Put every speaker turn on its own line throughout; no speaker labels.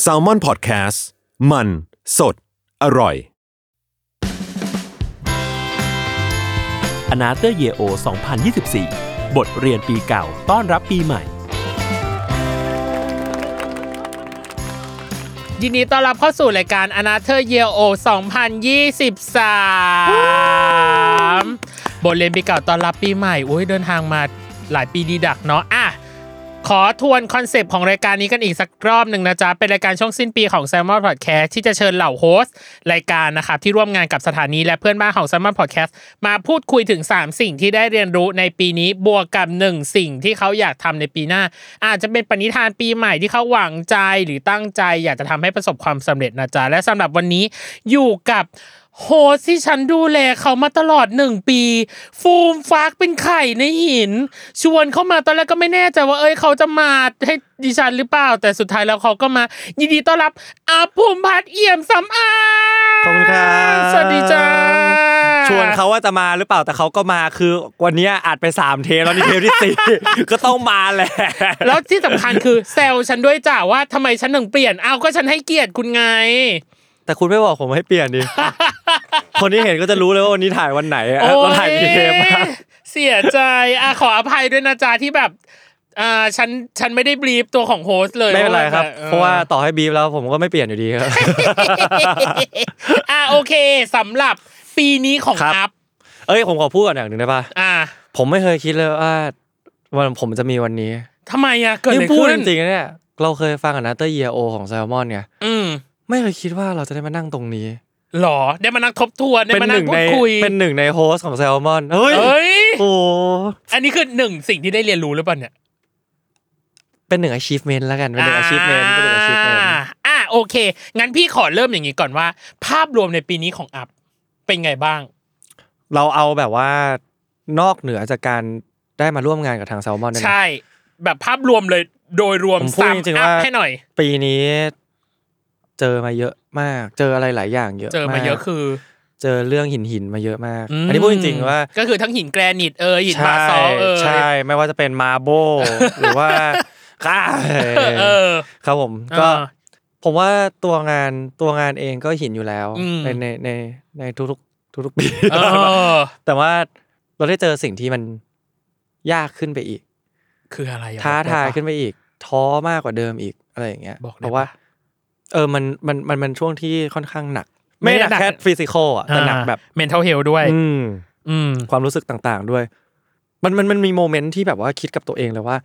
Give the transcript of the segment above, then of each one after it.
แซลมอนพอดแคสต์มันสดอร่อย
อนาเตอร์เยโอ2024 บทเรียนปีเก่าต้อนรับปีใหม่
ยินดีต้อนรับเข้าสู่รายการ Another Year O 2023 บทเรียนปีเก่าต้อนรับปีใหม่อุ้ยเดินทางมาหลายปีดีดักเนาะอ่ะ ขอทวนคอนเซปต์ของรายการนี้กันอีกสักรอบหนึ่งนะจ๊ะ เป็นรายการช่วงสิ้นปีของ s ซ l m o n Podcast ที่จะเชิญเหล่าโฮสต์รายการนะครับที่ร่วมงานกับสถานีและเพื่อนบ้านของ s ซ l m o n Podcast มาพูดคุยถึง 3 สิ่งที่ได้เรียนรู้ในปีนี้บวกกับ 1 สิ่งที่เขาอยากทำในปีหน้า อาจจะเป็นปณิธานปีใหม่ที่เขาหวังใจหรือตั้งใจ อยากจะทำให้ประสบความสำเร็จนะจ๊ะและสำหรับวันนี้อยู่กับโฮสต์ที่ฉันดูแลเขามาตลอดหนึ่งปี ฟูมฟักเป็นไข่ในหิน ชวนเข้ามาตอนแรกก็ไม่แน่ใจว่าเอ้ยเขาจะมาให้ดิฉันหรือเปล่า แต่สุดท้ายแล้วเขาก็มา ยินดีต้อนรับอาภูมิพัฒน์เอี่ยมสำอาง
ขอบคุณครับ
สวัสดีจ้า
ชวนเขาว่าจะมาหรือเปล่าแต่เขาก็มาคือวันนี้อาจไปสามเทปแล้วนี่เทปที่สี่ ก็ต้องมาแหละ
แล้วที่สำคัญคือแซวฉันด้วยจ้าว่าทำไมฉันถึงเปลี่ยนเอาก็ฉันให้เกียรติคุณไง
แต่คุณไม่บอกผมให้เปลี่ยน ดิ คนที่เห็นก็จะรู้เลยว่าวันนี้ถ่ายวันไหนอะเราถ่ายกี่เทป
โอ๊ย
อะ
เสียใจอ่ะขออภัยด้วยนะจ๊ะที่แบบอ่าฉันฉันไม่ได้บรีฟตัวของโฮสต์เลย
ไม่เป็นไรครับ
ออ
เพราะว่าต่อให้บีบแล้วผมก็ไม่เปลี่ยนอยู่ดี ครับ
อ่ะโอเคสำหรับปีนี้ของ
ครั
อั
บ
พ
เอ้ยผมขอพูดก่อนอย่างหนึ่งได้ปะ
อ่ะ
ผมไม่เคยคิดเลยว่าวันผมจะมีวันนี้
ทำไมอ่ะเกิดอะไร
นี่พูด
ขึ้
จ
น
ริงๆนะเนี่ยเราเคยฟังอนาเตอร์เยโอของแซลมอนเนี่ย
อืม
ไม่เคยคิดว่าเราจะได้มานั่งตรงนี้
หรอได้มานั่งทบทวนได้
เป็น
มา
ห
นั่
นึ่
ง
ง
พู
ใน
ดคุย
เป็นหนึ่งในโฮสต์ของแซลมอนเฮ้ย
เอ้ย
โอ้
อันนี้คือหนึ่งสิ่งที่ได้เรียนรู้หรือเปล่าเนี่ย
เป็นหนึ่ง achievement แล้วกัน เป็นหนึ่ง achievement เป็นหนึ่ง achievement
อ่าอ่ะโอเค งั้นพี่ขอเริ่มอย่างนี้ก่อนว่า ภาพรวมในปีนี้ของอัพเป็นไงบ้าง
เราเอาแบบว่านอกเหนือจากการได้มาร่วมงานกับทางแซลมอนด้วยนะ
ใช่ แบบภาพรวมเลยโดยรวม
ผมพูด
สาม
จริงๆ
อัพ
ว่า
ให้หน่อย
ปีนี้เจอมาเยอะมาก เจออะไรหลายอย่างเยอะ
เจอมาเยอะ
ก
คือ
เจอเรื่องหินหินๆมาเยอะมาก
ม
อันนี้พูดจริงๆว่า
ก็คือทั้งหินแกรนิตเออหินมา
ใช่
ซอเออ
ใช่ ไม่ว่าจะเป็นมาโบ หรือ ว่าค่ะ
เออ
ครับผม ก็
อ่า
ผมว่าตัวงานตัวงานเองก็หินอยู่แล้ว
อืม
ในในในในทุกๆทุกๆปี
เออ
แต่ว่าเราได้เจอสิ่งที่มันยากขึ้นไปอีก
คืออะไรอะ
ท้าทาย
บอกได้ปะ
ขึ้นไปอีก ท้อมากกว่าเดิมอีกอะไรอย่างเงี้ย
บอกได้ปะ
เพราะว่า เออมันมันมันมันช่วงที่ค่อนข้างหนัก
ไม่
ไม่
ได้
ห
หนั
นัก
ก
แค่ฟิสิกอลอ่ะแต่หนัก
อ่า
แบบ
mental health ด้วย
อืม
อืม
ความรู้สึกต่างๆด้วย มันมันมันมีโมเมนต์ที่แบบว่าคิดกับตัวเองเลยว่า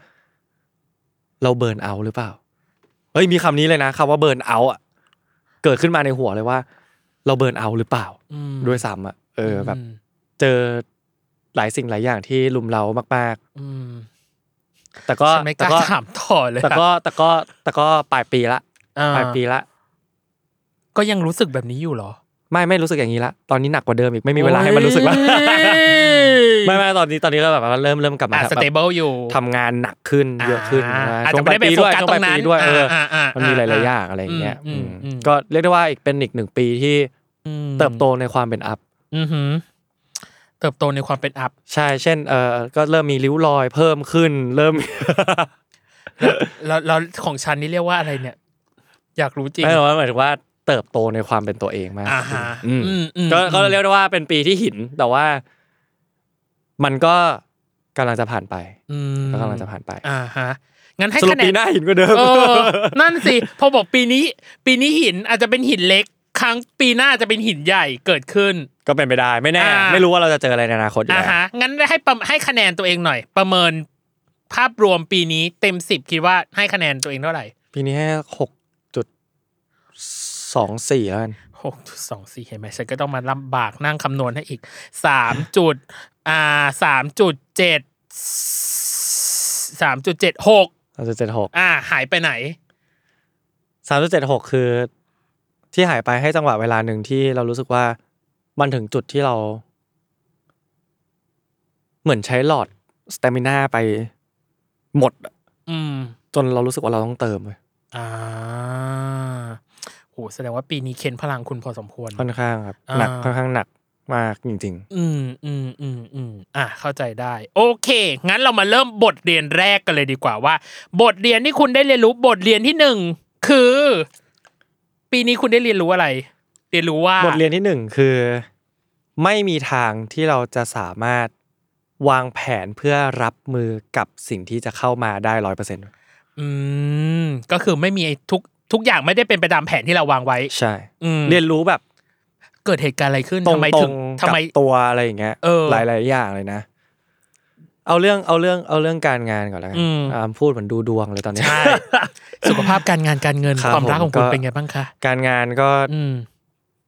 เราเบิร์นเอาท์หรือเปล่าเฮ้ยมีคำนี้เลยนะคำว่าเบิร์นเอาท์อะเกิดขึ้นมาในหัวเลยว่า เราเบิร์นเอาท์หรือเปล่า
อืม
ด้วยซ้ำอ่ะเออแบบ
ม
เจอหลายสิ่งหลายอย่างที่ลุมเรามาก
อืม
ๆ แต่ก็
ฉันไม่ก
แต่
ล้า
ก็
ถามต่อเลยอะ
แต่ก็แต่ก็แต่ก็ปลายปีละ
อ่า
ปลายปีละ
ก็ยังรู้สึกแบบนี้อยู่เหรอ
ไม่ไม่รู้สึกอย่างนี้ละ ตอนนี้หนักกว่าเดิมอีกไม่มีเวลาให้มัน รู้สึกละ
โอ้ย
ไม่ไม่ตอนนี้ตอนนี้ก็แบบว่าเริ่มเริ่มกลับมา
อ่ะส
แบบ
เตเบิลอยู่
ทำงานหนักขึ้นเยอะขึ้น
อ่า
นะ
อาจ
ช่ว
จะ
ง
ไม่
ปลา
ได้ไป
ยปี
โฟ
ด้วย
กัส
ช่วง
ตร
ปลาย
งนั้
ปี
น
ด้วยเออ
าา
มันมีหลายๆอย่างอะไรอย่างเงี้ยอืมก็เรียกได้ว่าอีกเป็นอีกหนึ่งปีที่
อืม
เติบโตในความเป็นอัพ
อือหือเติบโตในความเป็นอัพ
ใช่ เช่นเออก็เริ่มมีริ้วรอยเพิ่มขึ้น เริ่ม
แล้วแล้วของฉันนี่เรียกว่าอะไรเนี่ย อยากรู้จริง
ไม่หรอกว่าหมายถึงว่าเติบโตในความเป็นตัวเองมาก
อ่าฮะ
อืม
อืมอืม
ก็
อืม
ก็เรียกได้ว่าเป็นปีที่หิน แต่ว่า มันก็กำลังจะผ่านไป
อืม
ก็กำลังจะผ่านไป
อ่าฮะงั้นให้
สรุป
คะแน
ปี
น
หน้าหินกว่าเดิม
เออนั่นสิ พอบอกปีนี้ ปีนี้หินอาจจะเป็นหินเล็ก ครั้งปีหน้าจะเป็นหินใหญ่เกิดขึ้น
ก็เป็นไปได้ไม่แน่
อ่า
ไม่รู้ว่าเราจะเจออะไรในอนาคตอยู่
อ่า
แล้ว
ฮะงั้นให้ประให้คะแนนตัวเองหน่อย ประเมินภาพรวมปีนี้เต็มสิบคิดว่าให้คะแนนตัวเองเท่าไหร่
ปีนี้ให้หกจุดสองสี่แล้วกัน
หกจุดสองสี่เห็นไหมฉันก็ต้องมาลำบากนั่งคำนวณให้อีกสามจุดอ่าสามจุดเจ็ดสามจุดเจ็ดหก
เราจะเจ็ดหก
อ่าหายไปไหน
สามจุดเจ็ดหกคือ ที่หายไปให้จังหวะเวลาหนึ่งที่เรารู้สึกว่ามันถึงจุดที่เรา เหมือนใช้หลอดสเตมิน่าไปหมดอะ
อืม
จนเรารู้สึกว่าเราต้องเติมเลย
อ่าโหแสดงว่าปีนี้เค้นพลังคุณพอสมควร
ค่อนข้างครับหนัก
อ่า
ค่อนข้างหนักมากจริง
อืมอืมอืมอืมอ่ะเข้าใจได้ โอเค งั้นเรามาเริ่มบทเรียนแรกกันเลยดีกว่าว่า บทเรียนที่คุณได้เรียนรู้บทเรียนที่หนึ่งคือ ปีนี้คุณได้เรียนรู้อะไร เรียนรู้ว่า
ๆ บทเรียนที่หนึ่งคือ ไม่มีทางที่เราจะสามารถวางแผนเพื่อรับมือกับสิ่งที่จะเข้ามาได้ร้อยเปอร์เซ็นต์
อืมก็คือไม่มีไอ้ทุกทุกอย่างไม่ได้เป็นไปตามแผนที่เราวางไว้
ใช่
อืม
เรียนรู้แบบ
เกิดเหตุการณ์อะไรขึ้น
ตร
ทำ
ง
ไม
ตร
ถึง
ง
ทำ
กับ
ไม
ตัวอะไรอย่างเงี้ย
เออ
หลาย ๆ อย่างเลยนะ เอาเรื่องเอาเรื่องเอาเรื่องการงานก่อนแล้วกั
อืม
อ่าพูดเหมือนดูดวงเลยตอนเนี้ย
ใช่ สุขภาพการงานการเงิน
ครับ
ความรักของคุณ
ผมก็
เป็นไงบ้างคะ
การงานก็
อืม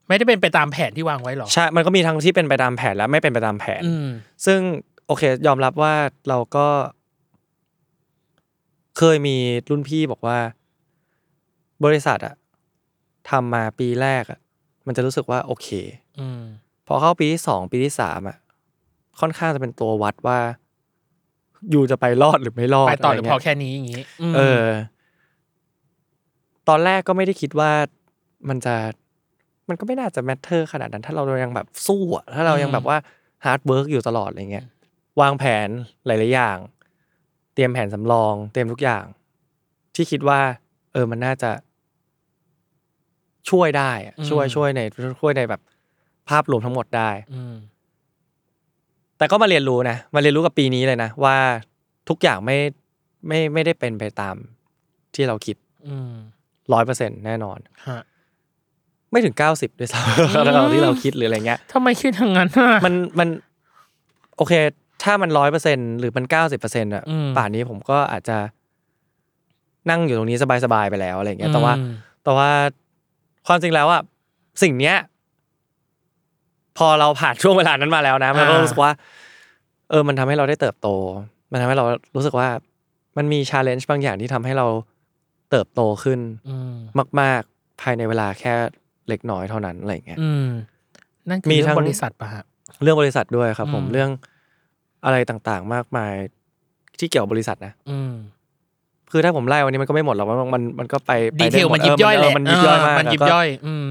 ไม่ได้เป็นไปตามแผนที่วางไว้หรอ
ใช่มันก็มีทั้งที่เป็นไปตามแผนและไม่เป็นไปตามแผน
อืม
ซึ่งโอเค ยอมรับว่าเราก็ เคยมีรุ่นพี่บอกว่า บริษัทอะทำมาปีแรกอะมันจะรู้สึกว่าโอเค
อืม
พอเข้าปีที่สองปีที่สามอ่ะ ค่อนข้างจะเป็นตัววัดว่า อยู่จะไปรอดหรือไม่รอด
ไปต่อห
ะ
รือ
ไร
พอ
เงี้ย
แค่นี้อย่างนี้ม
เออ ตอนแรกก็ไม่ได้คิดว่ามันจะ มันก็ไม่น่าจะแมทเทอร์ขนาดนั้น ถ้าเรายังแบบสู้อะถ้าเรายังแบบว่าฮาร์ดเวิร์กอยู่ตลอดอะไรเงี้ยวางแผนหลาย ๆ อย่าง เตรียมแผนสำรอง เตรียมทุกอย่าง ที่คิดว่า เออมันน่าจะ ช่วยได้อะช่วยช่วยในช่วยในแบบ ภาพรวมทั้งหมดได้
อืม
แต่ก็มาเรียนรู้นะมาเรียนรู้กับปีนี้เลยนะ ว่าทุกอย่างไม่ไม่ไม่ได้เป็นไปตามที่เราคิด
อืม
ร้อยเปอร์เซ็นแน่นอน
ฮะ
ไม่ถึงเก้าสิบด้วยซ้ำ แล้วที่เราคิดหรืออะไรเงี้ย
ทำไมคิดอย่างนั้นน่ะ
มันมัน โอเค ถ้ามันร้อยเปอร์เซ็นหรือมันเก้าสิบเปอร์เซ็นอะ
อืม
ป่านนี้ผมก็อาจจะนั่งอยู่ตรงนี้สบายๆไปแล้วอะไรเงี้ยแต่ว่า
อืม
แต่ว่าความจริงแล้วอะสิ่งเนี้ย พอเราผ่านช่วงเวลานั้นมาแล้วนะ มันก็รู้สึกว่า เออ มันทำให้เราได้เติบโต มันทำให้เรารู้สึกว่า มันมีชาเลนจ์บางอย่างที่ทำให้เราเติบโตขึ้น
อืม
มาก ๆ ภายในเวลาแค่เล็กน้อยเท่านั้นอะไรอย่างเงี้ย
อืมนั่นคือ
มี
เรื่อ
ทั้ง
งบริษัทปะฮะ
เรื่องบริษัทด้วยครับ ผม
อืม
เรื่องอะไรต่างๆ มากมายที่เกี่ยวกับบริษัทนะ
อืม
คือถ้าผมไล่วันนี้มันก็ไม่หมดหรอกมันมันมันก็ไปไป
ดี
ไห
เทล
ด
มันยิบย่อย
เ
แหละ
มันยิบย่อยมาก
เมันยิบ
แล้วก็
ย่อย อืม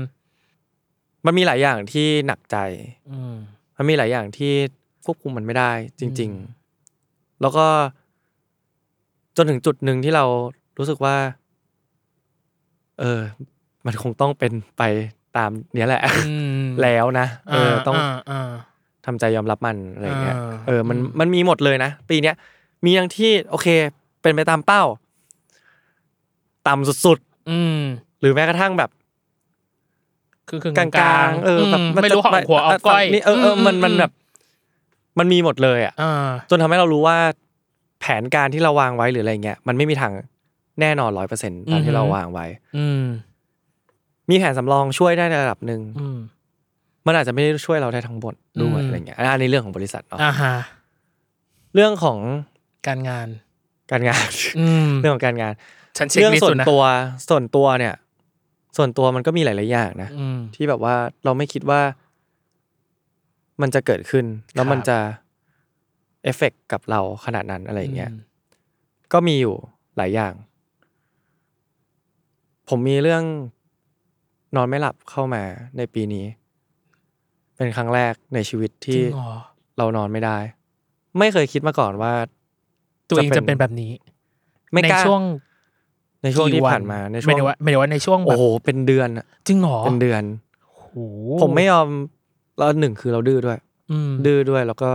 มันมีหลายอย่างที่หนักใจ
อืม
มันมีหลายอย่างที่ควบคุมมันไม่ได้จริง
อืม
ๆ แล้วก็ จนถึงจุดหนึ่งที่เรารู้สึกว่า เออ มันคงต้องเป็นไปตามเนี้ยแหละ
อืม
แล้วนะเออ ต้อง
าอ่า
ทำใจยอมรับมันอะไรอย่างเงี้ย
อ่า
เออ มัน
อืม
มันมีหมดเลยนะปีเนี้ยมีทั้งที่ โอเค เป็นไปตามเป้า ต่ำสุด
อืม
ๆ หรือแม้กระทั่งแบบ
คือคือก ก
ลา
ลาง ง
ๆ เออแบบ
มไม่รู้หอกหัวออกก้อย
นี่เออเออมันมันแบบ มันมีหมดเลยอ่ะ
อ่า
จนทำให้เรารู้ว่าแผนการที่เราวางไว้หรืออะไรเงี้ยมันไม่มีทางแน่นอนร้อยเปอร์เซ็นต์ตาม
อื
ที่
อฮึ
เราวางไว้
อืม
มีแผนสำรองช่วยได้ในระดับหนึ่ง
อืม
มันอาจจะไม่ได้ช่วยเราได้ทั้งหมดด้วย
อืม
อะไรเงี้ยอันนี้เรื่องของบริษัทเนาะ
อ่าฮะ
เรื่องของ
การงาน
การงาน
อืม
เรื่องของการงาน
ฉันเช็ค
เรื่อง
ลิสต์
ส่
อ
วน
ยู่นะ
ตัวส่วนตัวเนี่ย ส่วนตัวมันก็มีหลาย ๆ อย่างนะ
อืม
ที่แบบว่าเราไม่คิดว่า มันจะเกิดขึ้น แล้วมัน
ครับ
จะเอฟเฟกกับเราขนาดนั้นอะไรอย่างเงี้ย
ม
ก็มีอยู่หลายอย่าง ผมมีเรื่องนอนไม่หลับเข้ามาในปีนี้ เป็นครั้งแรกในชีวิต
จริ
ที่
งเหรอ
เรานอนไม่ได้ ไม่เคยคิดมาก่อนว่า
ตัวเองจะเป็นแบบนี้
ไม่
ใน
กล้า
ช่วง
ในช่วงที่
กี่
ผ่านมาในช่
ไม่
วง
ได้ว่าไม่ได้ว่าในช่วงแบ
โอ้
บ
โหเป็นเดือนอะ
จริงเหรอ
เป็นเดือน
โอ้โห
ผมไม่ยอมแล้วหนึ่งคือเราดื้อด้วย
อืม
ดื้อด้วย แล้วก็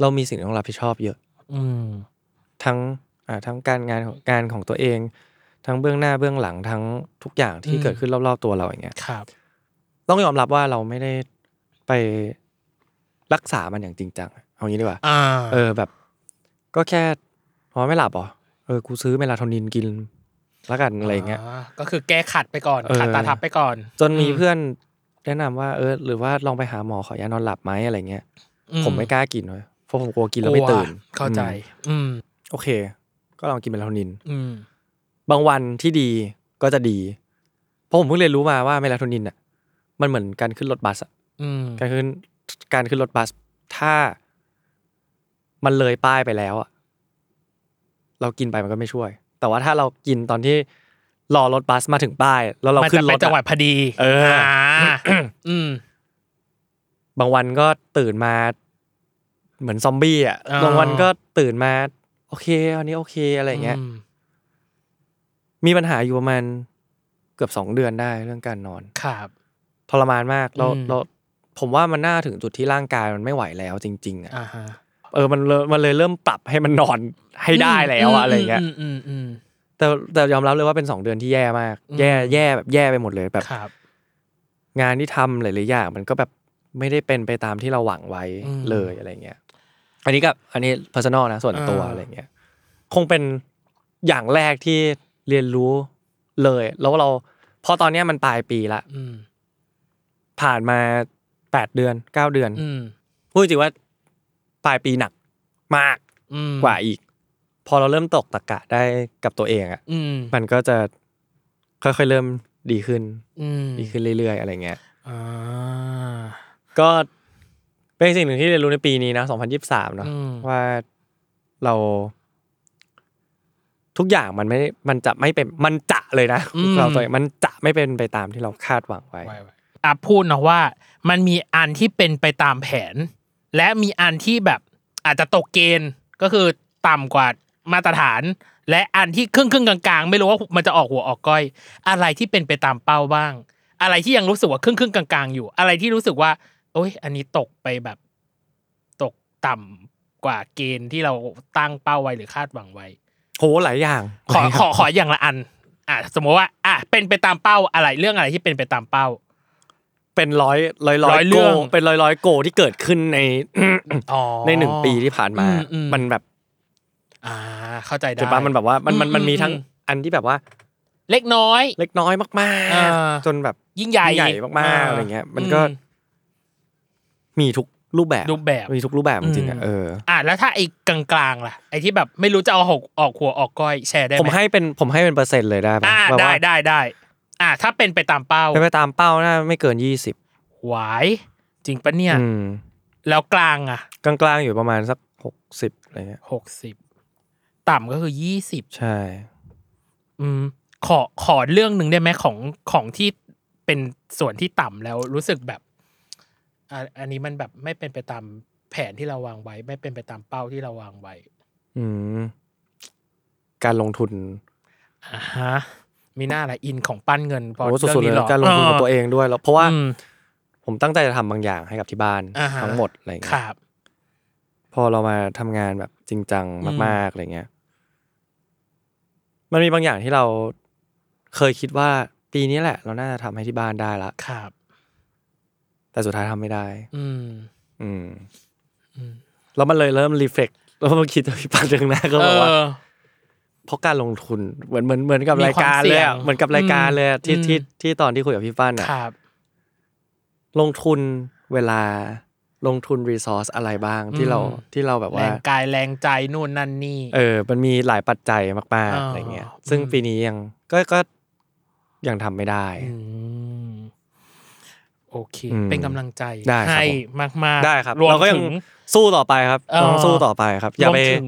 เรามีสิ่งที่ต้องรับผิดชอบเยอะ
อืม
ทั้งอ่าทั้งการงานของงานของตัวเอง ทั้งเบื้องหน้าเบื้องหลังทั้งทุกอย่างที่
อืม
เกิดขึ้นรอบๆตัวเราอย่างเงี้ย
ครับ
ต้องยอมรับว่าเราไม่ได้ไปรักษามันอย่างจริงจังอะเอางี้ดีกว่า
อ่า
เออแบบ ก็แค่นอนไม่หลับเหรอเออกูซื้อเมลาโทนินกินแล้วกันอะไรอย่างเงี้ย
าก็คือแก้ขัดไปก่อน
เออ
ขัดตาทับไปก่อน
จนมี
อืม
เพื่อนแนะนำว่าเออ หรือว่าลองไปหาหมอขอยานอนหลับไหมอะไรเงี้ย
อื
ผมไม่กล้ากินเลยเพราะผมกลัวกินแล้วไม่
ก
ตื่น
เข้าใจอื
อืม
ม
โอเค ก็ลองกินเมลาโทนิน
อืม
บางวันที่ดี ก็จะดี เพราะผมเพิ่งเรียนรู้มาว่าเมลาโทนินอ่ะมันเหมือนการขึ้นรถบัสอะ
อืม
การขึ้นการขึ้นรถบัส ถ้ามันเลยป้ายไปแล้วอ่ะเรากินไปมันก็ไม่ช่วย แต่ว่าถ้าเรากินตอนที่รอรถบัสมาถึงป้าย แล้วเรา
มัน
ขึ้
จะ
นร
ไป
ถอะ
จังหวัดพอดี
เอออ่
อืม
บางวันก็ตื่นมาเหมือนซอมบี้อ่ะ
อ๋อ
บางวันก็ตื่นมาโอเควันนี้โอเคอะไรอย่างเงี้ย
ม
มีปัญหาอยู่ประมาณเกือบสองเดือนได้เรื่องการนอน
ครับ
ทรมานมากเรา
อืม
เราผมว่ามันน่าถึงจุดที่ร่างกายมันไม่ไหวแล้วจริงๆอ่ะ
อ่าฮะ
เออมันเลยมันเลยเริ่มปรับให้มันนอนให้ได้แล้วอะอะไรอย่างเงี้ย
มอืมอืม
แต่แต่ยอมรับเลยว่าเป็นสองเดือนที่แย่มาก
อืม
แย่แย่แบบแย่ไปหมดเลย
อื
แบ
ม
บ
ครับ
งานที่ทำหลายๆอย่างมันก็แบบไม่ได้เป็นไปตามที่เราหวังไว้
อืม
เลยอะไรเงี้ย อันนี้กับอันนี้ personal นะส่วนตัว
อ่า
อะไรเงี้ย คงเป็นอย่างแรกที่เรียนรู้เลย แล้วเราพอตอนเนี้ยมันปลายปีละ
อืม
ผ่านมาแปดเดือนเก้าเดือน
อืม
พูดจริงว่าปลายปีหนักมาก
อืม
กว่าอีก พอเราเริ่มตกตะกะได้กับตัวเองอ่ะ
อืม
มันก็จะค่อยๆเริ่มดีขึ้น
อืม
ดีขึ้นเรื่อยๆอะไรเงี้ย
อ่า
ก็เป็นสิ่งหนึ่งที่เรียนรู้ในปีนี้นะ 2023 เนอะ
อืม
ว่าเรา ทุกอย่างมันไม่ มันจะไม่เป็น มันจะเลยนะเราตัวเองมันจะไม่เป็นไปตามที่เราคาดหวังไว้
ไว้ไว้อ่ะพูดเนาะว่า มันมีอันที่เป็นไปตามแผน และมีอันที่แบบอาจจะตกเกณฑ์ก็คือต่ำกว่ามาตรฐาน และอันที่ครึ่งครึ่งๆกลางๆ ไม่รู้ว่ามันจะออกหัวออกก้อย อะไรที่เป็นไปตามเป้าบ้าง อะไรที่ยังรู้สึกว่าครึ่งครึ่งๆกลางๆ อยู่ อะไรที่รู้สึกว่า โอ้ยอันนี้ตกไปแบบ ตกต่ำกว่าเกณฑ์ที่เราตั้งเป้าไว้หรือคาดหวังไว้
โหหลายอย่าง
ขอขอขออย่างละอัน อ่ะสมมติว่า อ่ะเป็นไปตามเป้าอะไรเรื่องอะไรที่เป็นไปตามเป้า
เป็นร้อยร้อย
ร้
ร้
อ
อย ย
เรื่
โก
อง
เป็นร้อยร้อยโกที่เกิดขึ้นใน
อ๋อ
ในหนึ่งปีที่ผ่านมา
อืมอืม
มันแบบ
อ่า เข้าใจได้
เจ็บปะมันแบบว่า มันมันมันมีทั้ง
อืม
อันที่แบบว่า
เล็กน้อย
เล็กน้อยมาก
อ่า
ๆ จนแบบ
ยิ่งใหญ่
ใหญ่มากๆอะไรเงี้ย มันก็
อื
มีทุกรูปแบบ
มรูปแบบ
มีทุกรูปแบบจริงๆ
อื
อ่ะ
ม
เออ
อ่ะแล้วถ้าไอ้กลางๆล่ะไอ้ที่แบบไม่รู้จะเอาหกออกหัวออกก้อยแชร์ได้ไห
ผมให้เป็นผมให้เป็นเปอร์เซ็นต์เลยได้ปะ
อ่า
แบบ
ได้
ว่า
ได้ได้อ่าถ้าเป็นไปตามเป้า
เป็นไปตามเป้าน่าไม่เกินยี่สิบ
หวายจริงปะเนี่ย แล้วกลางอ่ะ
กลางๆอยู่ประมาณสักหกสิบอะไรเงี้ย
หกสิบต่ำก็คือยี่สิบ
ใช่
อืมขอขอเรื่องหนึ่งได้ไหมของของที่เป็นส่วนที่ต่ำแล้วรู้สึกแบบอ่ะอันนี้มันแบบไม่เป็นไปตามแผนที่เราวางไว้ ไม่เป็นไปตามเป้าที่เราวางไว้
อืมการลงทุน
อ่าฮะมีหน้าละอินของปั้นเงินพอ
โอ้
เรื่
สุ
อ
ดๆ
ง
เล
นี้
ย
หรอ
การลงทุนของตัวเองด้วยแล้วเพราะว่า
อืม
ผมตั้งใจจะทำบางอย่างให้กับที่บ้าน
อ่าฮะ
ทั้งหมดอะไรเงี้
ค
ย
รับ
พอเรามาทำงานแบบจริงจัง
อืม
มากๆอะไรเงี้ย มันมีบางอย่างที่เราเคยคิดว่าปีนี้แหละ เราน่าจะทำให้ที่บ้านได้ละ
ครับ
แต่สุดท้ายทำไม่ได้
อืม
อืม
อืม
แล้วมันเลยเริ่มรีเฟกแล้วมันคิดถึงพี่ปันเรื่องหน้าก็แบบว่า
เออ
เพราะการลงทุนเหมือนเหมือนเหมือนกับรายการเลยอะ
มีความเสี่ยง
เหมือนกับรายการเลยอะที่
อืม
ที่ที่ตอนที่คุยกับพี่ปันอะ
ครับ
ลงทุนเวลาลงทุนรีซอสอะไรบ้างที่เรา
อืม
ที่เราแบบ
แร
ว่า
งกายแรงใจนู่นนั่นนี่
เออ มันมีหลายปัจจัยมาก
อ๋อ
ๆ
อ
อะไรเงี้ย ซึ่ง
อืม
ปีนี้ยังก็ก็ยังทำไม่ได้
มโอเค
อืม
เป็นกำลังใจ
ได้ครับ
ให้
ผม
ากๆ
ได้ครับ
วม
เราก็ยัง
ถึ
สู้ต่อไปครับ
เออ
ต้องสู้ต่อไปครับ อย่าร ไป
วมถึง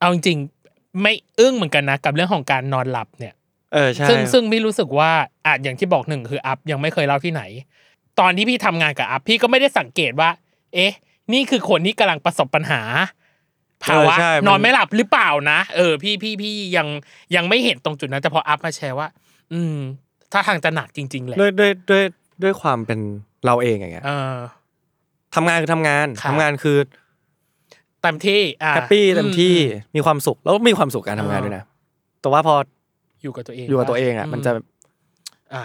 เอาจริงๆไม่อึ้งเหมือนกันนะกับเรื่องของการนอนหลับเนี่ย
เออใช่
ซึ่งซึ่งพี่รู้สึกว่าอาจอย่างที่บอกหนึ่งคืออัพยังไม่เคยเล่าที่ไหน ตอนที่พี่ทำงานกับอัพพี่ก็ไม่ได้สังเกตว่า เอ๊ะ นี่คือคนที่กำลังประสบปัญหาภาวะ
เใช่
นอนไม่หลับหรือเปล่านะเออ พี่พี่พี่ยังยังไม่เห็นตรงจุดนั้นแต่พออัพมาแชร์ว่า อืม ถ้าทางจะหนักจริง ๆแหละ
ด้วยด้วยด้วยด้วยความเป็นเราเองอย่างเงี้ย
เออ
ทำงานคือทำงาน
ครับ
ทำงานคือ
เต็มที่อ่ะ
แฮปปี้เต็มที่
อื
มีความสุขแล้วมีความสุขการทำงาน
อ่า
ด้วยนะแต่ว่าพอ
มอยู่กับตัวเอง
อยู่กับตัวเองอ่ะมันจะ
อ่ะ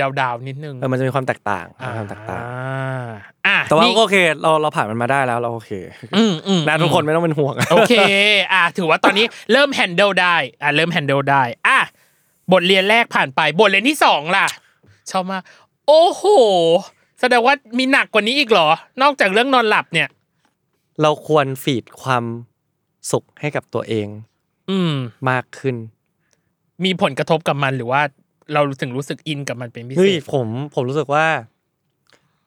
ดาวดาวๆนิดนึง
เออมันจะมีความแตกต่างมีความแตกต่าง
อ่า
แต่ว่า
นี่
ก็โอเค เราเราผ่านมันมาได้แล้วเราโอเค
อืมอืม
นะทุกคนไม่ต้องเป็นห่วง
โอเค อ่า ถือว่าตอนนี้เริ่มแฮนเดิลได้ อ่าเริ่มแฮนเดิลได้ อ่ะ บทเรียนแรกผ่านไป บทเรียนที่สองล่ะ ชอบมาก โอ้โห แสดงว่ามีหนักกว่านี้อีกเหรอ นอกจากเรื่องนอนหลับเนี่ย
เราควรฟีดความสุขให้กับตัวเอง
อืม
มากขึ้น
มีผลกระทบกับมันหรือว่าเราถึงรู้สึกอินกับมันเป็นพิเศ
เฮ้ย
ษ
ผมผมรู้สึกว่า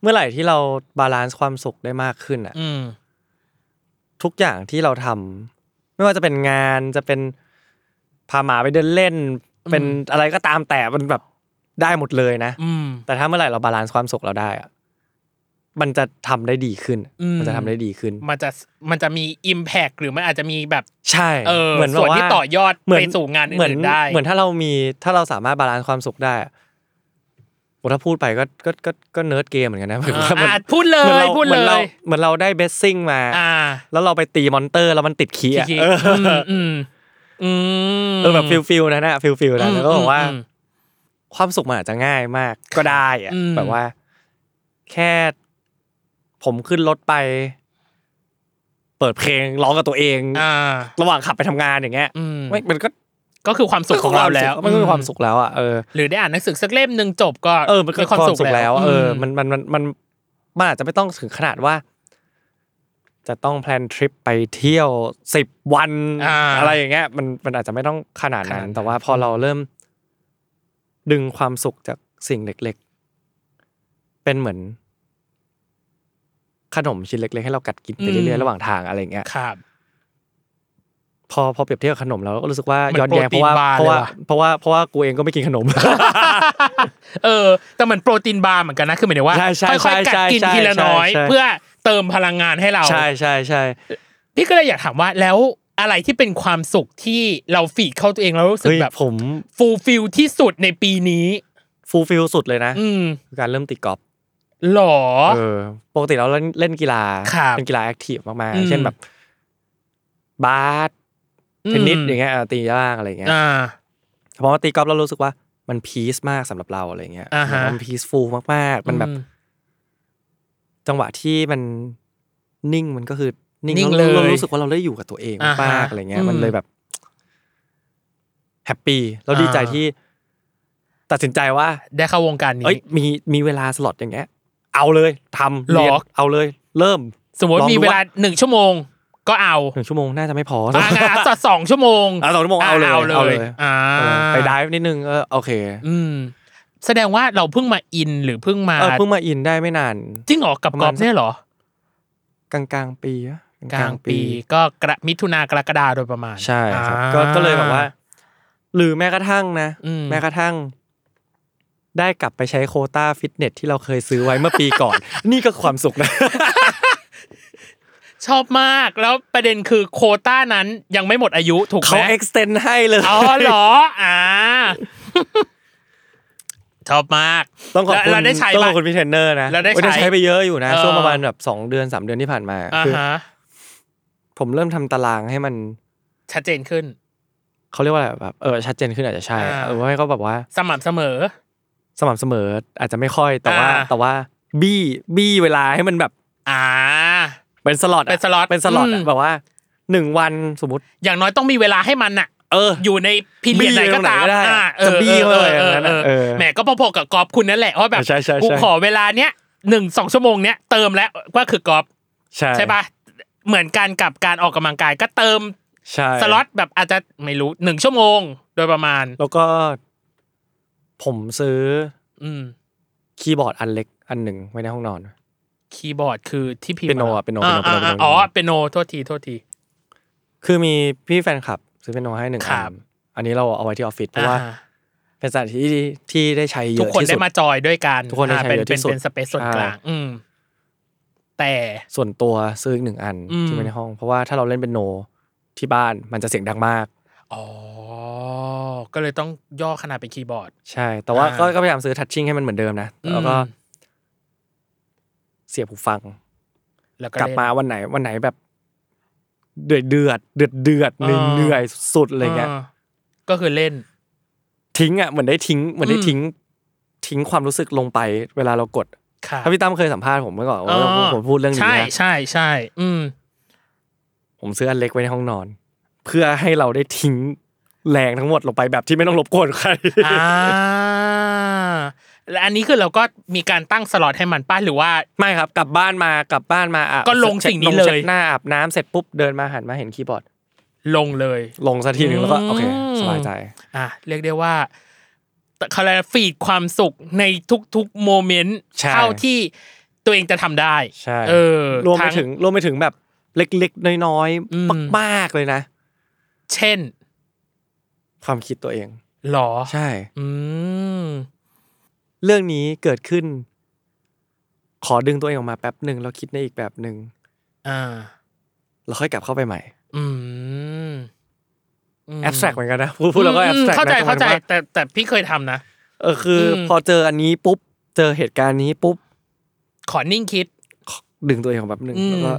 เมื่อไหร่ที่เราบาลานซ์ความสุขได้มากขึ้นอ่ะ
อืม
ทุกอย่างที่เราทำไม่ว่าจะเป็นงานจะเป็นพาหมาไปเดินเล่น เป็นอะไรก็ตามแต่มันแบบได้หมดเลยนะ
อืม
แต่ถ้าเมื่อไหร่เราบาลานซ์ความสุขเราได้อะมันจะทำได้ดีขึ้น
อืม
มันจะทำได้ดีขึ้น
มันจะมันจะมี Impact หรือมันอาจจะมีแบบ
ใช่
เออ
เหมือน
ส่วน
แบบ
ที่
ว่า
ต่อยอด
เหมื
ไปสู่งาน
เหมื
อื่นๆได้
เหมือนถ้าเรามีถ้าเราสามารถบาลานซ์ความสุขได้อะโอ้ถ้าพูดไปก็ก็ก็ก็เนิร์ดเกมเหมือนกันนะ
อ่า
เหมือน
อ่ะพูดเล
เหมื
ย
อนเรา
พูด
เหมื
เล
อนเรา
ย
เหมือนเราได้เบสซิ่งมา
อ่า
แล้วเราไปตีมอนเตอร์แล้วมันติดคีย์อะ
คิด
เออ
ๆมอืมอืม
เออแบบฟิลฟิลนะนะฟิลฟิลนะแล้วก็บอกว่า
ม
ความสุขมันอาจจะง่ายมากก็ได้อะ
อืม
แบบว่า แค่ผมขึ้นรถไป เปิดเพลงร้องกับตัวเอง
อืมอ่า
ระหว่างขับไปทำงานอย่างเงี้ย
อืม
ไม่มันก็
ก็คือความสุขของเราแล้ว
มันก็มีความสุขแล้วอ่ะเออ
หรือได้อ่านหนังสือสักเล่มหนึ่งจบก็
เออมันก็มีความสุขแล้วอะเออ
ม
มันมันมันมันมันอาจจะไม่ต้องถึงขนาดว่า จะต้องแพลนทริปไปเที่ยวสิบวัน
อ่า
อะไรอย่างเงี้ยมันมันอาจจะไม่ต้องขนาด
ขนาดนั้
นั้น
น
แต่ว่าพอเราเริ่ม ดึงความสุขจากสิ่งเล็ก ๆ เป็นเหมือน ขนมชิ้นเล็ก ๆ ให้เรากัดกินไปเรื่อยๆระหว่างทางอะไรอย่างเงี้ย
ครับ
พอพอเปรียบเทียบกับขนมแล้วก็รู้สึกว่า
เหมือน
ย้อนแย้งเพราะว่า
โปรตีนบาร์
เพราะว่า
เลยว่ะ
เพราะว่าเพราะว่ากูเองก็ไม่กินขนม
เออ แต่มันโปรตีนบาร์เหมือนกันนะคือหมายถึงว่า
ใช่ใช่
ค่อยๆกัด
ใช่
กิน
ใช่
ทีละน้อย
ใช่ใช่
เพื่อเติมพลังงาน ให้เรา
ใช่ใช่ใช่
พี่ก็เลยอยากถามว่าแล้วอะไรที่เป็นความสุขที่เราฝีดเข้าตัวเองแล้วรู้สึก
เฮ้ย
แบบ
ผม
ฟูลฟิลที่สุดในปีนี้
ฟูลฟิลสุดเลยนะ
อืม
คือการเริ่มตีกอล์ฟ
หรอ
เออปกติเราเล่นเล่นกีฬา
ครับ
เป็นกีฬาแอคทีฟมาก
อืม
ๆ เช่นแบบบาส
อืม
เทนนิสอย่างเงี้ยเออตีบ้างอะไรอย่างเงี้ย
อ่า
เพราะว่าตีกอล์ฟเรารู้สึกว่ามันพีซมากสำหรับเราอะไรอย่างเงี้ย
อ่าฮะ
มันพีซฟูลมากๆ
มั
มันแบบ จังหวะที่มันนิ่งมันก็คือนิ่ง
นิ่ง
รา
เลย
เรารู้สึกว่าเราได้อยู่กับตัวเอง
อ่าฮะ
มากๆอะไรเงี้ย
อืม
มันเลยแบบแฮปปี้เรา
อ่า
ดีใจที่ ตัดสินใจว่า
ได้เข้าวงการ
เอ้
นี้
ยมีมีเวลาสล็อตอย่างเงี้ย เอาเลยทำ
หรอ
เรียนเอาเลย เริ่ม
สมมติ
ลองดู
มีเวลาหนึ่งชั่วโมงก็เอา
หนึ่งชั่วโมงน่าจะไม่พอ
อ่างานสัสองชั่วโมง
อ่ะสองชั่วโมงเอาเลย
เอาเลยอ่า
เออไปได้นิดนึงเออโอเค
อืม แสดงว่าเราเพิ่งมาอินหรือเพิ่งมา
เออเพิ่งมาอินได้ไม่นาน
จริงเหรอกับ
ประ
กอ
มาณ
ล์ฟเนี่ยเหรอ
กลางกลางๆปีอะ
กลางปีก็กระมิถุนากรกฎาโดยประมาณ
ใช่ครับ
อ่า
ก็ก็เลยแบบว่า หรือแม้กระทั่งนะ
อืม
แม้กระทั่ง ได้กลับไปใช้โควต้าฟิตเนสที่เราเคยซื้อไว้เมื่อปีก่อน นี่ก็ความสุขนะ
ชอบมากแล้วประเด็นคือโควต้านั้นยังไม่หมดอายุถูกไห
เขา
ม
เอ็กซ์เ d นให้เลย
อ๋อเหรอ อ่า ชอบมาก
ต้องขอบคุณ
เราได้ใช้ปะ
ต้องขอบคุณพี่เทรนเนอร์นะ
เราได้ใช้
โอ้ยใช้ไปเยอะอยู่นะ
เออ
ช่วงประมาณแบบสองเดือนสามเดือนที่ผ่านมา
อ่า
คื
ฮะ
ผมเริ่มทำตารางให้มัน
ชัดเจนขึ้น
เขาเรียกว่าอะไรแบบเออชัดเจนขึ้นอาจจะใช่
อ่า
เออไม่ก็แบบว่า
สม่ำเสมอ
สม่ำเสมออาจจะไม่ค่อยแต่ว่า
อ่า
แต่ว่าบี้บี้เวลาให้มันแบบ
อ่า
เป็นสล็อตะ
เป็นสล็อต
เป็นสล็อตอะ
อืม
แบบว่าหนึ่งวันสมมติ
อย่างน้อยต้องมีเวลาให้มันน่ะ
เออ
อยู่ในพิเรียดไหน
บี้อยู่
ก็ตาม
ตรงไหนก็ได้
อ่า
จะบี้เข้าไปอย่างนั้นน่ะ
เอ
เอ
อ
อ
แหมก็พอๆกับกอล์ฟคุณนั่นแหละว่าแบบ
ใช่ใช่ใช่
กูขอเวลาเนี้ยหนึ่งสองชั่วโมงเนี้ยเติมแล้วก็คือกอล์ฟ
ใช่
ใช่ปะเหมือนกันกับการออกกำลังกายก็เติม
ใช่
สล็อตแบบอาจจะไม่รู้หนึ่งชั่วโมงโดยประมาณ
แล้วก็ ผมซื้อ
อืม
คีย์บอร์ดอันเล็กอันหนึ่งไว้ในห้องนอน
คีย์บอร์ดคือที่พิมพ์
เป็นโนอะเป็นโนเป็นโน
อ่า
เป็นโนเป็น
อ่า
โน
อ๋อเป็นโนโทษทีโทษที
คือมีพี่แฟนคลับ ซื้อเป็นโนให้หนึ่ง
ครั
อั
บ
นอันนี้เราเอาไว้ที่ออฟฟิศเพราะว่า
อ่า
เป็นสถานที่ที่ที่ได้ใช้เย
ทุก
อะ
คน
ที่
ได้
สุด
มาจอยด้วยกัน
ทุกคนได้
อ่า
ใช้
เป็น
เยอะ
เป็
ที่
น
สุด
เป็นสเปซส่วน
อ่า
กลาง อืม แต่
ส่วนตัวซื้ออีกหนึ่งอัน
อืม
ที่ไว้ในห้อง เพราะว่าถ้าเราเล่นเป็นโนที่บ้านมันจะเสียงดังมาก
อ๋อ ก็เลยต้องย่อขนาดเป็นคีย์บอร์ด
ใช่ แต่ว่า
อ่า
ก็ก็พยายามซื้อทัชชิ่งให้มันเหมือนเดิมนะแล้วก็
อืม
เสียบหูฟัง
แล้ว
กลับ
เน
มาวันไหนวันไหนแบบเดือดเดือดเดือดเดือด
อ่า
เหนื่อยเหนื่อยสุดๆอะไรเงี้ย
าก็คือเล่น
ทิ้งอ่ะเหมือนได้ทิ้งเหมือนได้
อืม
ทิ้ง ทิ้งความรู้สึกลงไปเวลาเรากด
ครับ
ถ้าพี่ตั้มเคยสัมภาษณ์ผมเมื่อก่อนว่าผมผมพูดเรื่องนี้
ใช่
นะ
ใช่ใช่อืม
ผมซื้ออันเล็กไว้ในห้องนอน เพื่อให้เราได้ทิ้งแรงทั้งหมดลงไปแบบที่ไม่ต้องรบกวนใคร
อ่าและอันนี้คือเราก็มีการตั้งสล็อตให้มันป้าหรือว่า
ไม่ครับ กลับบ้านมากลับบ้านมาอ่ะ
ก็ลง
ช็ด
สิ่งนี้เลย
ช็ดหน้าอาบน้ำเสร็จปุ๊บเดินมาหันมาเห็นคีย์บอร์ด
ลงเลย
ลงสักทีหนึ่งแล้วก็
อืม
โอเคสบายใจ
อ่ะเรียกได้ว่าแต่เขาเรียกฟีดความสุขในทุกๆโมเมนต์
ใช่
เท่าที่ตัวเองจะทำได้
ใช่
เออ
รวมไป
ทั้ง
ถึงรวมไปถึงแบบเล็กๆน้อย
อืม
ๆมากๆเลยนะ
เช่น
ความคิดตัวเอง
หรอ
ใช่
อืม
เรื่องนี้เกิดขึ้น ขอดึงตัวเองออกมาแป๊บหนึ่งแล้วคิดในอีกแบบหนึ่ง
อ่า
แล้วค่อยกลับเข้าไปใหม่
อืมม
แอบแทรกเหมือนกันนะพู ดพูดแล้วก็แอบ
อืม
แทรก
เข้าใจเข้าใจ แต่แต่พี่เคยทำนะ
เออคืออ
ม
พอเจออันนี้ปุ๊บ เจอเหตุการณ์นี้ปุ๊บ
ขอนิ่งคิด
ดึงตัวเองออกแบบหนึ่ง
อืม
แล้วก็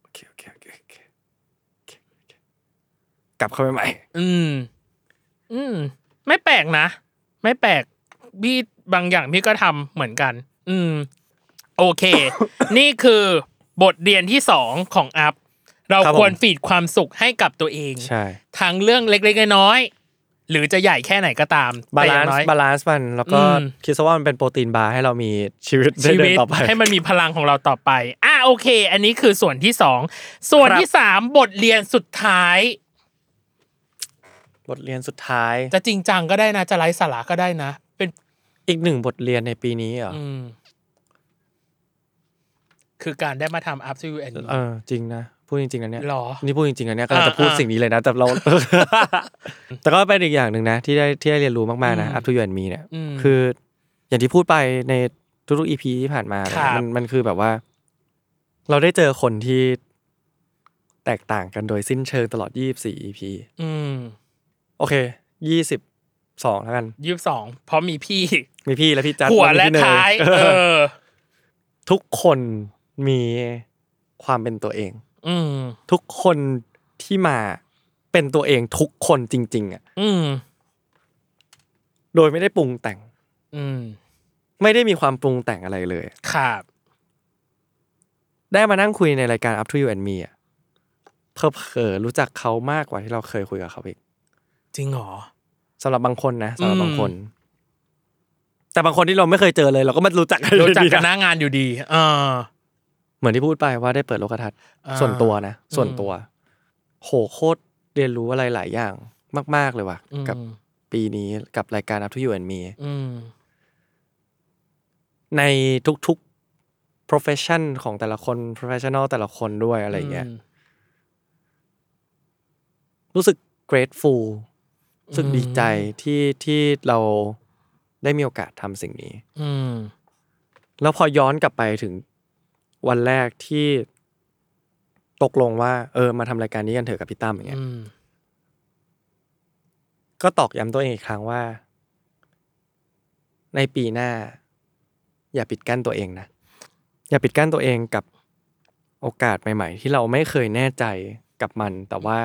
โอเคโอเคโอเคโอเคโอเคโอเคกลับเข้าไปใหม่
อืม อืม ไม่แปลกนะ ไม่แปลกพี่บางอย่างพี่ก็ทำเหมือนกัน อืม โอเค นี่คือบทเรียนที่สองของอัพ เรา
ครับผม
ควรฟีดความสุขให้กับตัวเอง
ใช่
ทั้งเรื่องเล็กๆน้อยๆหรือจะใหญ่แค่ไหนก็ตาม
บา
แต่อ
ลา
ย่
น
งน้อย
ซ์บาลานซ์มันแล้วก็
อืม
คิดซะว่ามันเป็นโปรตีนบาร์ให้เรามีชีวิตได้
ชี
เดิน
วิต
ต่อไป
ให้มันมีพลังของเราต่อไป อ่ะโอเค อันนี้คือส่วนที่สอง ส่วน
ครับ
ที่สามบทเรียนสุดท้าย
บทเรียนสุดท้าย
จะจริงจังก็ได้นะ จะไร้สาระก็ได้นะ เป็น
อีกหนึ่งบทเรียนในปีนี้เหรอ
อืม คือการได้มาทำ after you and
เออจริงนะพูดจริงๆอันเนี้ย
หรอ
นี่พูดจริงๆอันเนี้ยกำลังจะ
อ่า
พูดสิ่งนี้เลยนะ แต่ เรา แต่ก็เป็นอีกอย่างหนึ่งนะ ที่ได้ที่ได้เรียนรู้มากๆนะ
อืม
Up to you and me เนี่ย
อืม
คืออย่างที่พูดไปในทุกๆ EP ที่ผ่านมาเนี่ย
ครับ
มันมันคือแบบว่า เราได้เจอคนที่แตกต่างกันโดยสิ้นเชิงตลอด 24 EP
อืม
โอเค 22แล้วกัน
ยี่สิบสองเพราะมีพี่
มีพี่และพี่จัด
หัว
มี
และ
พี่เนย
ท้าย
เออ
เออ
ทุกคนมีความเป็นตัวเอง
อืม
ทุกคนที่มาเป็นตัวเองทุกคนจริง ๆอ่ะ
อืม
โดยไม่ได้ปรุงแต่ง
อืม
ไม่ได้มีความปรุงแต่งอะไรเลย
ครับ
ได้มานั่งคุยในรายการ Up to You and Me อะเพอเพอๆรู้จักเขามากกว่าที่เราเคยคุยกับเขาอีก
จริงเหรอ
สำหรับบางคนนะสำหรั
อื
บ
ม
บางคน แต่บางคนที่เราไม่เคยเจอเลย เราก็มารู้จักกัน
รู้จัก
อยู่ดี
กันห
นะ
น้างานอยู่ดีเออ
เหมือนที่พูดไปว่าได้เปิดโลกทัศน์
อ่า
ส่วนตัวนะ ส่วนตัว โหโคตรเรียนรู้อะไรหลายอย่างมาก ๆเลยว่ะ
อืม
กับปีนี้กับรายการ Up to You and Me
อืม
ในทุกๆ profession ของแต่ละคน professional แต่ละคนด้วยอะไรอย่างเงี้ย รู้สึก grateful รู้สึก
อืม
ดีใจที่ที่เราได้มีโอกาสทำสิ่งนี้
อืม
แล้วพอย้อนกลับไปถึงวันแรกที่ตกลงว่า เออ มาทำรายการนี้กันเถอะกับพี่ตั้มอย่างเงี้ย
อืม
ก็ตอกย้ำตัวเองอีกครั้งว่า ในปีหน้า อย่าปิดกั้นตัวเองนะ อย่าปิดกั้นตัวเองกับโอกาสใหม่ ๆ ที่เราไม่เคยแน่ใจกับมัน แต่ว่า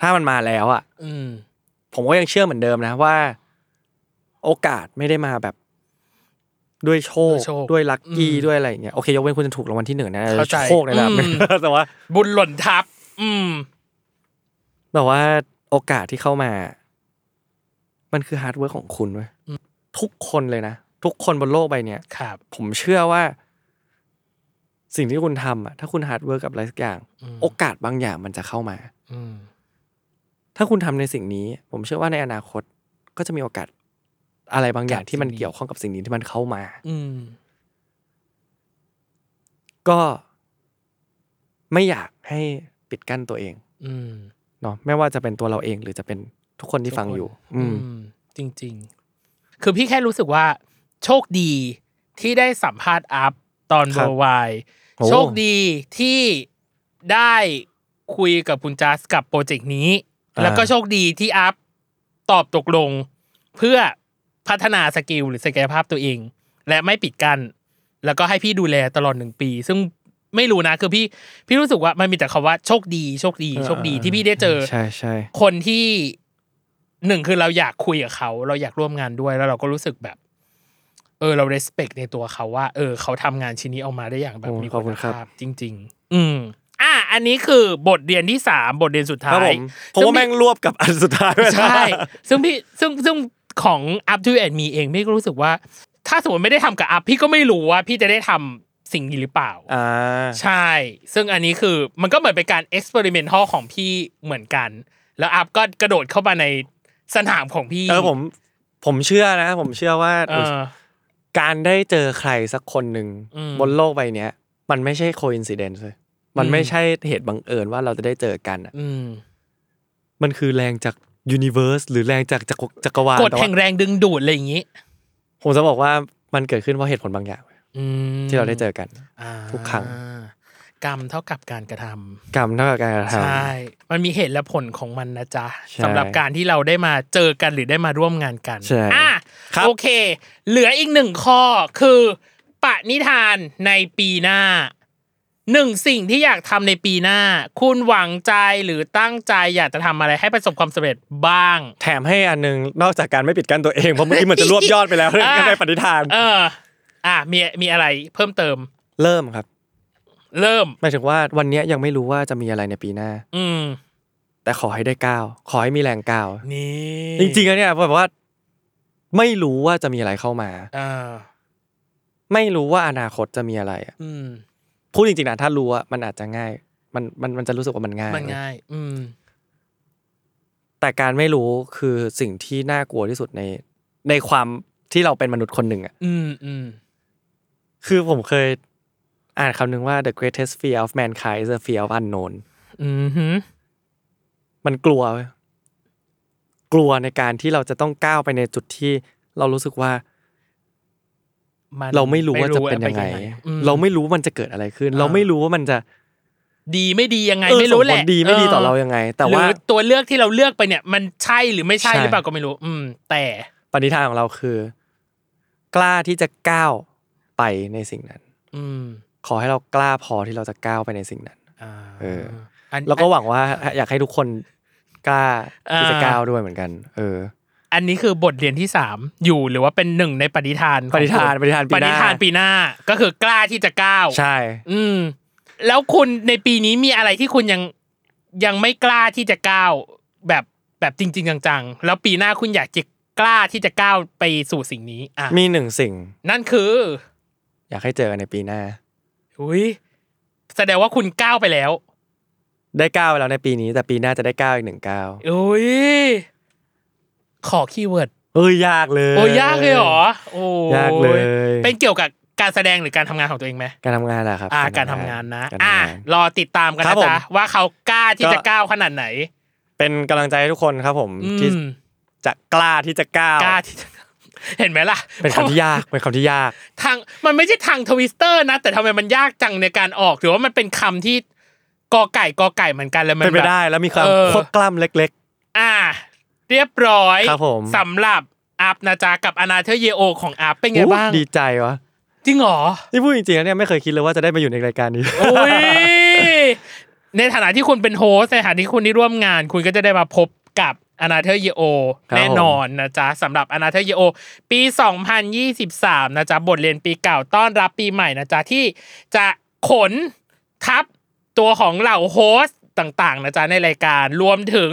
ถ้ามันมาแล้วอ่ะ
อืม
ผมก็ยังเชื่อเหมือนเดิมนะว่า โอกาสไม่ได้มาแบบ ด้วยโช
ด้
ค
วยโชค
ด้วยลัคกี้
อืม
ด้วยอะไรอย่างเงี้ยโอเคยกเว้นคุณจะถูกรางวัลที่หนึ่งนะ
เข้าใจ
โชคในระดับหนึ่ง
อืม
แต่ว่า
บุญหล่นทับ อืม
แต่ว่าโอกาสที่เข้ามา มันคือฮาร์ดเวิร์กของคุณเว้ยทุกคนเลยนะ ทุกคนบนโลกใบเนี้ย
ครับ
ผมเชื่อว่า สิ่งที่คุณทำอ่ะถ้าคุณฮาร์ดเวิร์กกับอะไรสักอย่าง
อืม
โอกาสบางอย่างมันจะเข้ามา
อืม
ถ้าคุณทำในสิ่งนี้ ผมเชื่อว่าในอนาคตก็จะมีโอกาสอะไรบางอย่าง
กับสิ่ง
ที่มัน
นี้
เกี่ยวข้องกับสิ่งนี้ที่มันเข้ามา
อืม
ก็ไม่อยากให้ปิดกั้นตัวเอง
อืม
เนาะไม่ว่าจะเป็นตัวเราเอง หรือจะเป็นทุกคนที่ฟังอยู่ อืม
มจริง ๆ คือพี่แค่รู้สึกว่า โชคดีที่ได้สัมภาษณ์อัพตอน
ค
เบ
รั
อบ ร์ไวน์
โอ้
โชคดีที่ได้คุยกับคุณจัสกับโปรเจกต์นี้ แล้วก็โชคดีที่อัพตอบตกลง เพื่อพัฒนาสกิลหรือศักยภาพตัวเอง และไม่ปิดกัน้นแล้วก็ให้พี่ดูแลตลอดหนึ่งปี ซึ่งไม่รู้นะคือพี่พี่รู้สึกว่ามันมีแต่คำว่าโชคดีโชคดีโชคดีที่พี่ได้เจอ
ใช่ใช่
คนที่หนึ่งคือเราอยากคุยกับเขา เราอยากร่วมงานด้วยแล้วเราก็รู้สึกแบบ เออ เรา respect ในตัวเขาว่า เออ เขาทำงานชิ้นนี้ออกมาได้อย่างแบบมี
ขอบคุณครับ
ณภาพจริง ๆ อืม อ่ะอันนี้คือบทเรียนที่สามบทเรียนสุด
ครั
ท้า
บผ
ย
มผมว่าแม่งรวบกับอันสุดท้ายไว้นะ
ใช่ ซึ่งพี่ซึ่งซึ่งของ up to and me เองพี่ก็รู้สึกว่า ถ้าสมมติไม่ได้ทำกับ up พี่ก็ไม่รู้ว่าพี่จะได้ทำ สิ่งนี้หรือเปล่า
อ่า
ใช่ ซึ่งอันนี้คือมันก็เหมือนเป็นการเอ็กซ์เพร์เมนทัลของพี่เหมือนกัน แล้วอัพก็กระโดดเข้ามาในสนามของพี่
เออผมผมเชื่อนะ ผมเชื่อว่า
เออ
การได้เจอใครสักคนหนึ่ง
อืม
บนโลกใบเนี้ย มันไม่ใช่โคอินซิเดนซ์เลยมัน
อืม
ไม่ใช่เหตุบังเอิญว่าเราจะได้เจอกันอะ
อืม
มันคือแรงจากยูนิเวอร์สหรือแรงจากจักรจักรวาล
กฎ
แต่
แห่ง
ว่า
แรงดึงดูดอะไรอย่างนี้
ผมจะบอกว่ามันเกิดขึ้นเพราะเหตุผลบางอย่าง
อืม
ที่เราได้เจอกัน
า
ทุกครั้ง
กรรมเท่ากับการกระทำ
กรรมเท่ากับการกระท
ใช่ มันมีเหตุและผลของมันนะจ๊ะ
ใช่
สำหรับการที่เราได้มาเจอกันหรือได้มาร่วมงานกัน
ใช่
อ่ะ
ครับ
โอเค เหลืออีกหนึ่งข้อคือปณิธานในปีหน้าหนึ่งสิ่งที่อยากทำในปีหน้า คุณหวังใจหรือตั้งใจอยากจะทำอะไรให้ประสบความสำเร็จบ้าง
ำแถมให้อันนึงนอกจากการไม่ปิดกั้นตัวเองเพราะเมื่อกี้เหมันจะรวบยอดไป แล้วเรื่อง
อ่า
การได้ปฏิทาน
เออ อ่ะมีมีอะไรเพิ่มเติม
เริ่มครับ
เริ่ม
หมายถึงว่าวันเนี้ยยังไม่รู้ว่าจะมีอะไรในปีหน้า
อืม
แต่ขอให้ได้ก้าวขอให้มีแรงก้าว
นี่
จริงๆอะเนี่ยแบบว่า ไม่รู้ว่าจะมีอะไรเข้ามา
ๆอ่า
ไม่รู้ว่าอนาคตจะมีอะไรอะ
อืม
พูดจริงๆนะถ้ารู้อะมันอาจจะง่าย มันมันมันจะรู้สึกว่ามันง่าย
มันง่าย อืม
แต่การไม่รู้คือสิ่งที่น่ากลัวที่สุดในในความที่เราเป็นมนุษย์คนหนึ่งอะ
อืมอืม
คือผมเคยอ่านคำหนึ่งว่า the greatest fear of mankind is the fear of unknown
อืมหือ
มันกลัวเว้ยกลัวในการที่เราจะต้องก้าวไปในจุดที่เรารู้สึกว่า
น
เราไม่รู้ว่าจะเป็นยังไง
อืม
เราไม่รู้มันจะเกิดอะไรขึ้น
อ่า
เราไม่รู้ว่ามันจะ
ดีไม่ดียังไง
เออ
ไม่รู้แห
ส่
ละ
งผดีไม่ดีต่อเรา
เ
ยังไง แต่
หรื
ว่า
อตัวเลือกที่เราเลือกไปเนี่ย มันใช่หรือไม่ใช่ห
ใช่
รือเปล่าก็ไม่รู้ อืม แต่
ปณิธานของเราคือ กล้าที่จะก้าวไปในสิ่งนั้น
อืม
ขอให้เรากล้าพอที่เราจะก้าวไปในสิ่งนั้น
อ่า
เออ
อัน
แล้วก็หวังว่าอยากให้ทุกคนกล้าที่จะ
อ่า
ก้าวด้วยเหมือนกัน เออ
อันนี้คือบทเรียนที่สามอยู่หรือว่าเป็นหนึ่งในปณิธานของ
ปณิธาน
คุณ
ปณิธาน
ป
ปีห
ณิ
น้า
ธานปีหน้าก็คือกล้าที่จะก้าว
ใช่
อืม แล้วคุณในปีนี้มีอะไรที่คุณยังยังไม่กล้าที่จะก้าวแบบแบบจริง ๆ จังๆ แล้วปีหน้าคุณอยากจะกล้าที่จะก้าวไปสู่สิ่งนี้อ่ะ
มีหนึ่งสิ่ง
นั่นคือ
อยากให้เจอกันในปีหน้า
อุ้ยแสดงว่าคุณก้าวไปแล้ว
ได้ก้าวไปแล้วในปีนี้ แต่ปีหน้าจะได้ก้าวอีกหนึ่งก้าว
อุ้ยขอคีย์เวิร์ด
เอ้ยยากเลย
โอ้ยากเลยเหรอโอ้
ยากเลย
เป็นเกี่ยวกับการแสดงหรือการทำงานของตัวเองไหม
การทำงานแหละครับ
อ่า การทำงานนะ
การทำงาน
อ่ะรอติดตามกัน
ครั
นะ
บผม
จ๊ะว่าเขากล้าที่
ก็
จะก้าวขนาดไหน
เป็นกำลังใจให้ทุกคนครับผม
อื
ที่
ม
จะกล้าที่จะก้าว
กล้าที่จะเห็นไหมล่ะ
เป็นคำที่ยากเป็นคำที่ยาก
ทางมันไม่ใช่ทางทวิสเตอร์นะ แต่ทำไมมันยากจังในการออกหรือว่ามันเป็นคำที่กอไก่กอไก่เหมือนกันแล้วมัน
เป็นไป
แบบ
ได้แล้วมีความ
เออ
ควบกล้ำเล็ก
อ่า เรียบร้อย
ครับผม
สำหรับอัพนะจ๊ะกับอนาเธอเยโอของอัพเป็น
ๆ
ไงบ้าง
โอ้ดีใจวะ
จริงเหรอ
นี่พูดจริงๆนะเนี่ยไม่เคยคิดเลยว่าจะได้มาอยู่ในรายการนี้
โอ้ยในฐานะที่คุณเป็นโฮสต์ในฐานะที่คุณได้ร่วมงาน คุณก็จะได้มาพบกับอนาเธอเยโอ
ครับผม
แน่นอนนะจ๊ะสำหรับอนาเธอเยโอปี 2023 นะจ๊ะ บทเรียนปีเก่าต้อนรับปีใหม่นะจ๊ะ ที่จะขนทับตัวของเหล่าโฮสต์ต่างๆนะจ๊ะในรายการรวมถึง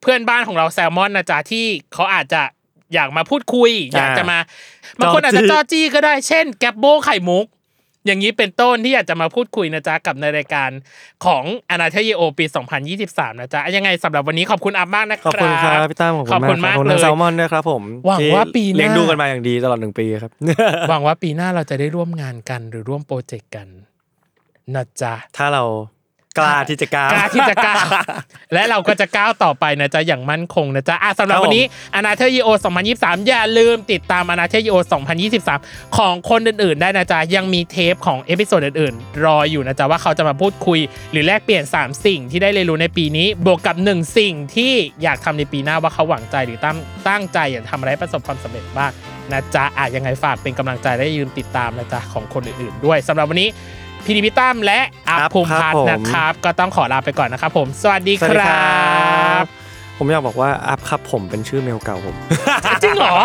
เพื่อนบ้านของเราแซลมอนนะจ๊ะ ที่เขาอาจจะอยากมาพูดคุย อยากจะมาบางคนอาจจะจอจี้ก็ได้เช่นแกปโบไข่มุก อย่างนี้เป็นต้นที่อยากจะมาพูดคุยนะจ๊ะ กับในรายการของอนาเธอเยโอปี 2023 นะจ๊ะ ยังไงสำหรับวันนี้ขอบคุณอัพมากนะค
ข
รั
อ
บบ
คุณครับพี่ตั้ม
ข
ข
อ
อ
บบ คุ
คุณ
มาม
ณาก กขอบคุณ
เล
ทาย งแซลมอนด้วยครับผม
หวัง
ที่
ว่าปีหน้า
เลี้ยงดูกันมาอย่างดีตลอดหนึ่งปีครับ
หวังว่าปีหน้าเราจะได้ร่วมงานกันหรือร่วมโปรเจกต์กันนะจ๊ะ
ถ้าเรากล้าที่จะก้าว
กล้าที่จะ ก้าว และเราก็จะก้าวต่อไปนะจ๊ะ อย่างมั่นคงนะจ๊ะอ่ะสำหรับ
ครับ
วันนี้
ผ
อนาเธอร์ยโอ2023 อย่าลืมติดตามอนาเธอร์ยโอ2023 ของคนอื่นๆ ได้นะจ๊ะ ยังมีเทปของเอพิโซดอื่นๆ รออยู่นะจ๊ะ ว่าเขาจะมาพูดคุย หรือแลกเปลี่ยน 3 สิ่งที่ได้เรียนรู้ในปีนี้ บวกกับ 1 สิ่งที่อยากทำในปีหน้าว่าเขาหวังใจหรือตั้งตั้งใจอยากทำอะไรให้ประสบความสำเร็จบ้างนะจ๊ะอ่ะยังไงฝากเป็นกำลังใจและอย่าลืมติดตามนะจ๊ะของคนอื่นๆ ด้วยสำหรับวันนี้พีดีพิตั้มและอัพ
ครับ
ภูมิพัฒ
ครับผ
น์
ม
นะครับ ครับก็ต้องขอลาไปก่อนนะครับผม สวัสดี
สวัส
ค
ดี
รับ
ผมอยากบอกว่าอัพครับผมเป็นชื่อเมลเก่าผม
จริงเหรอ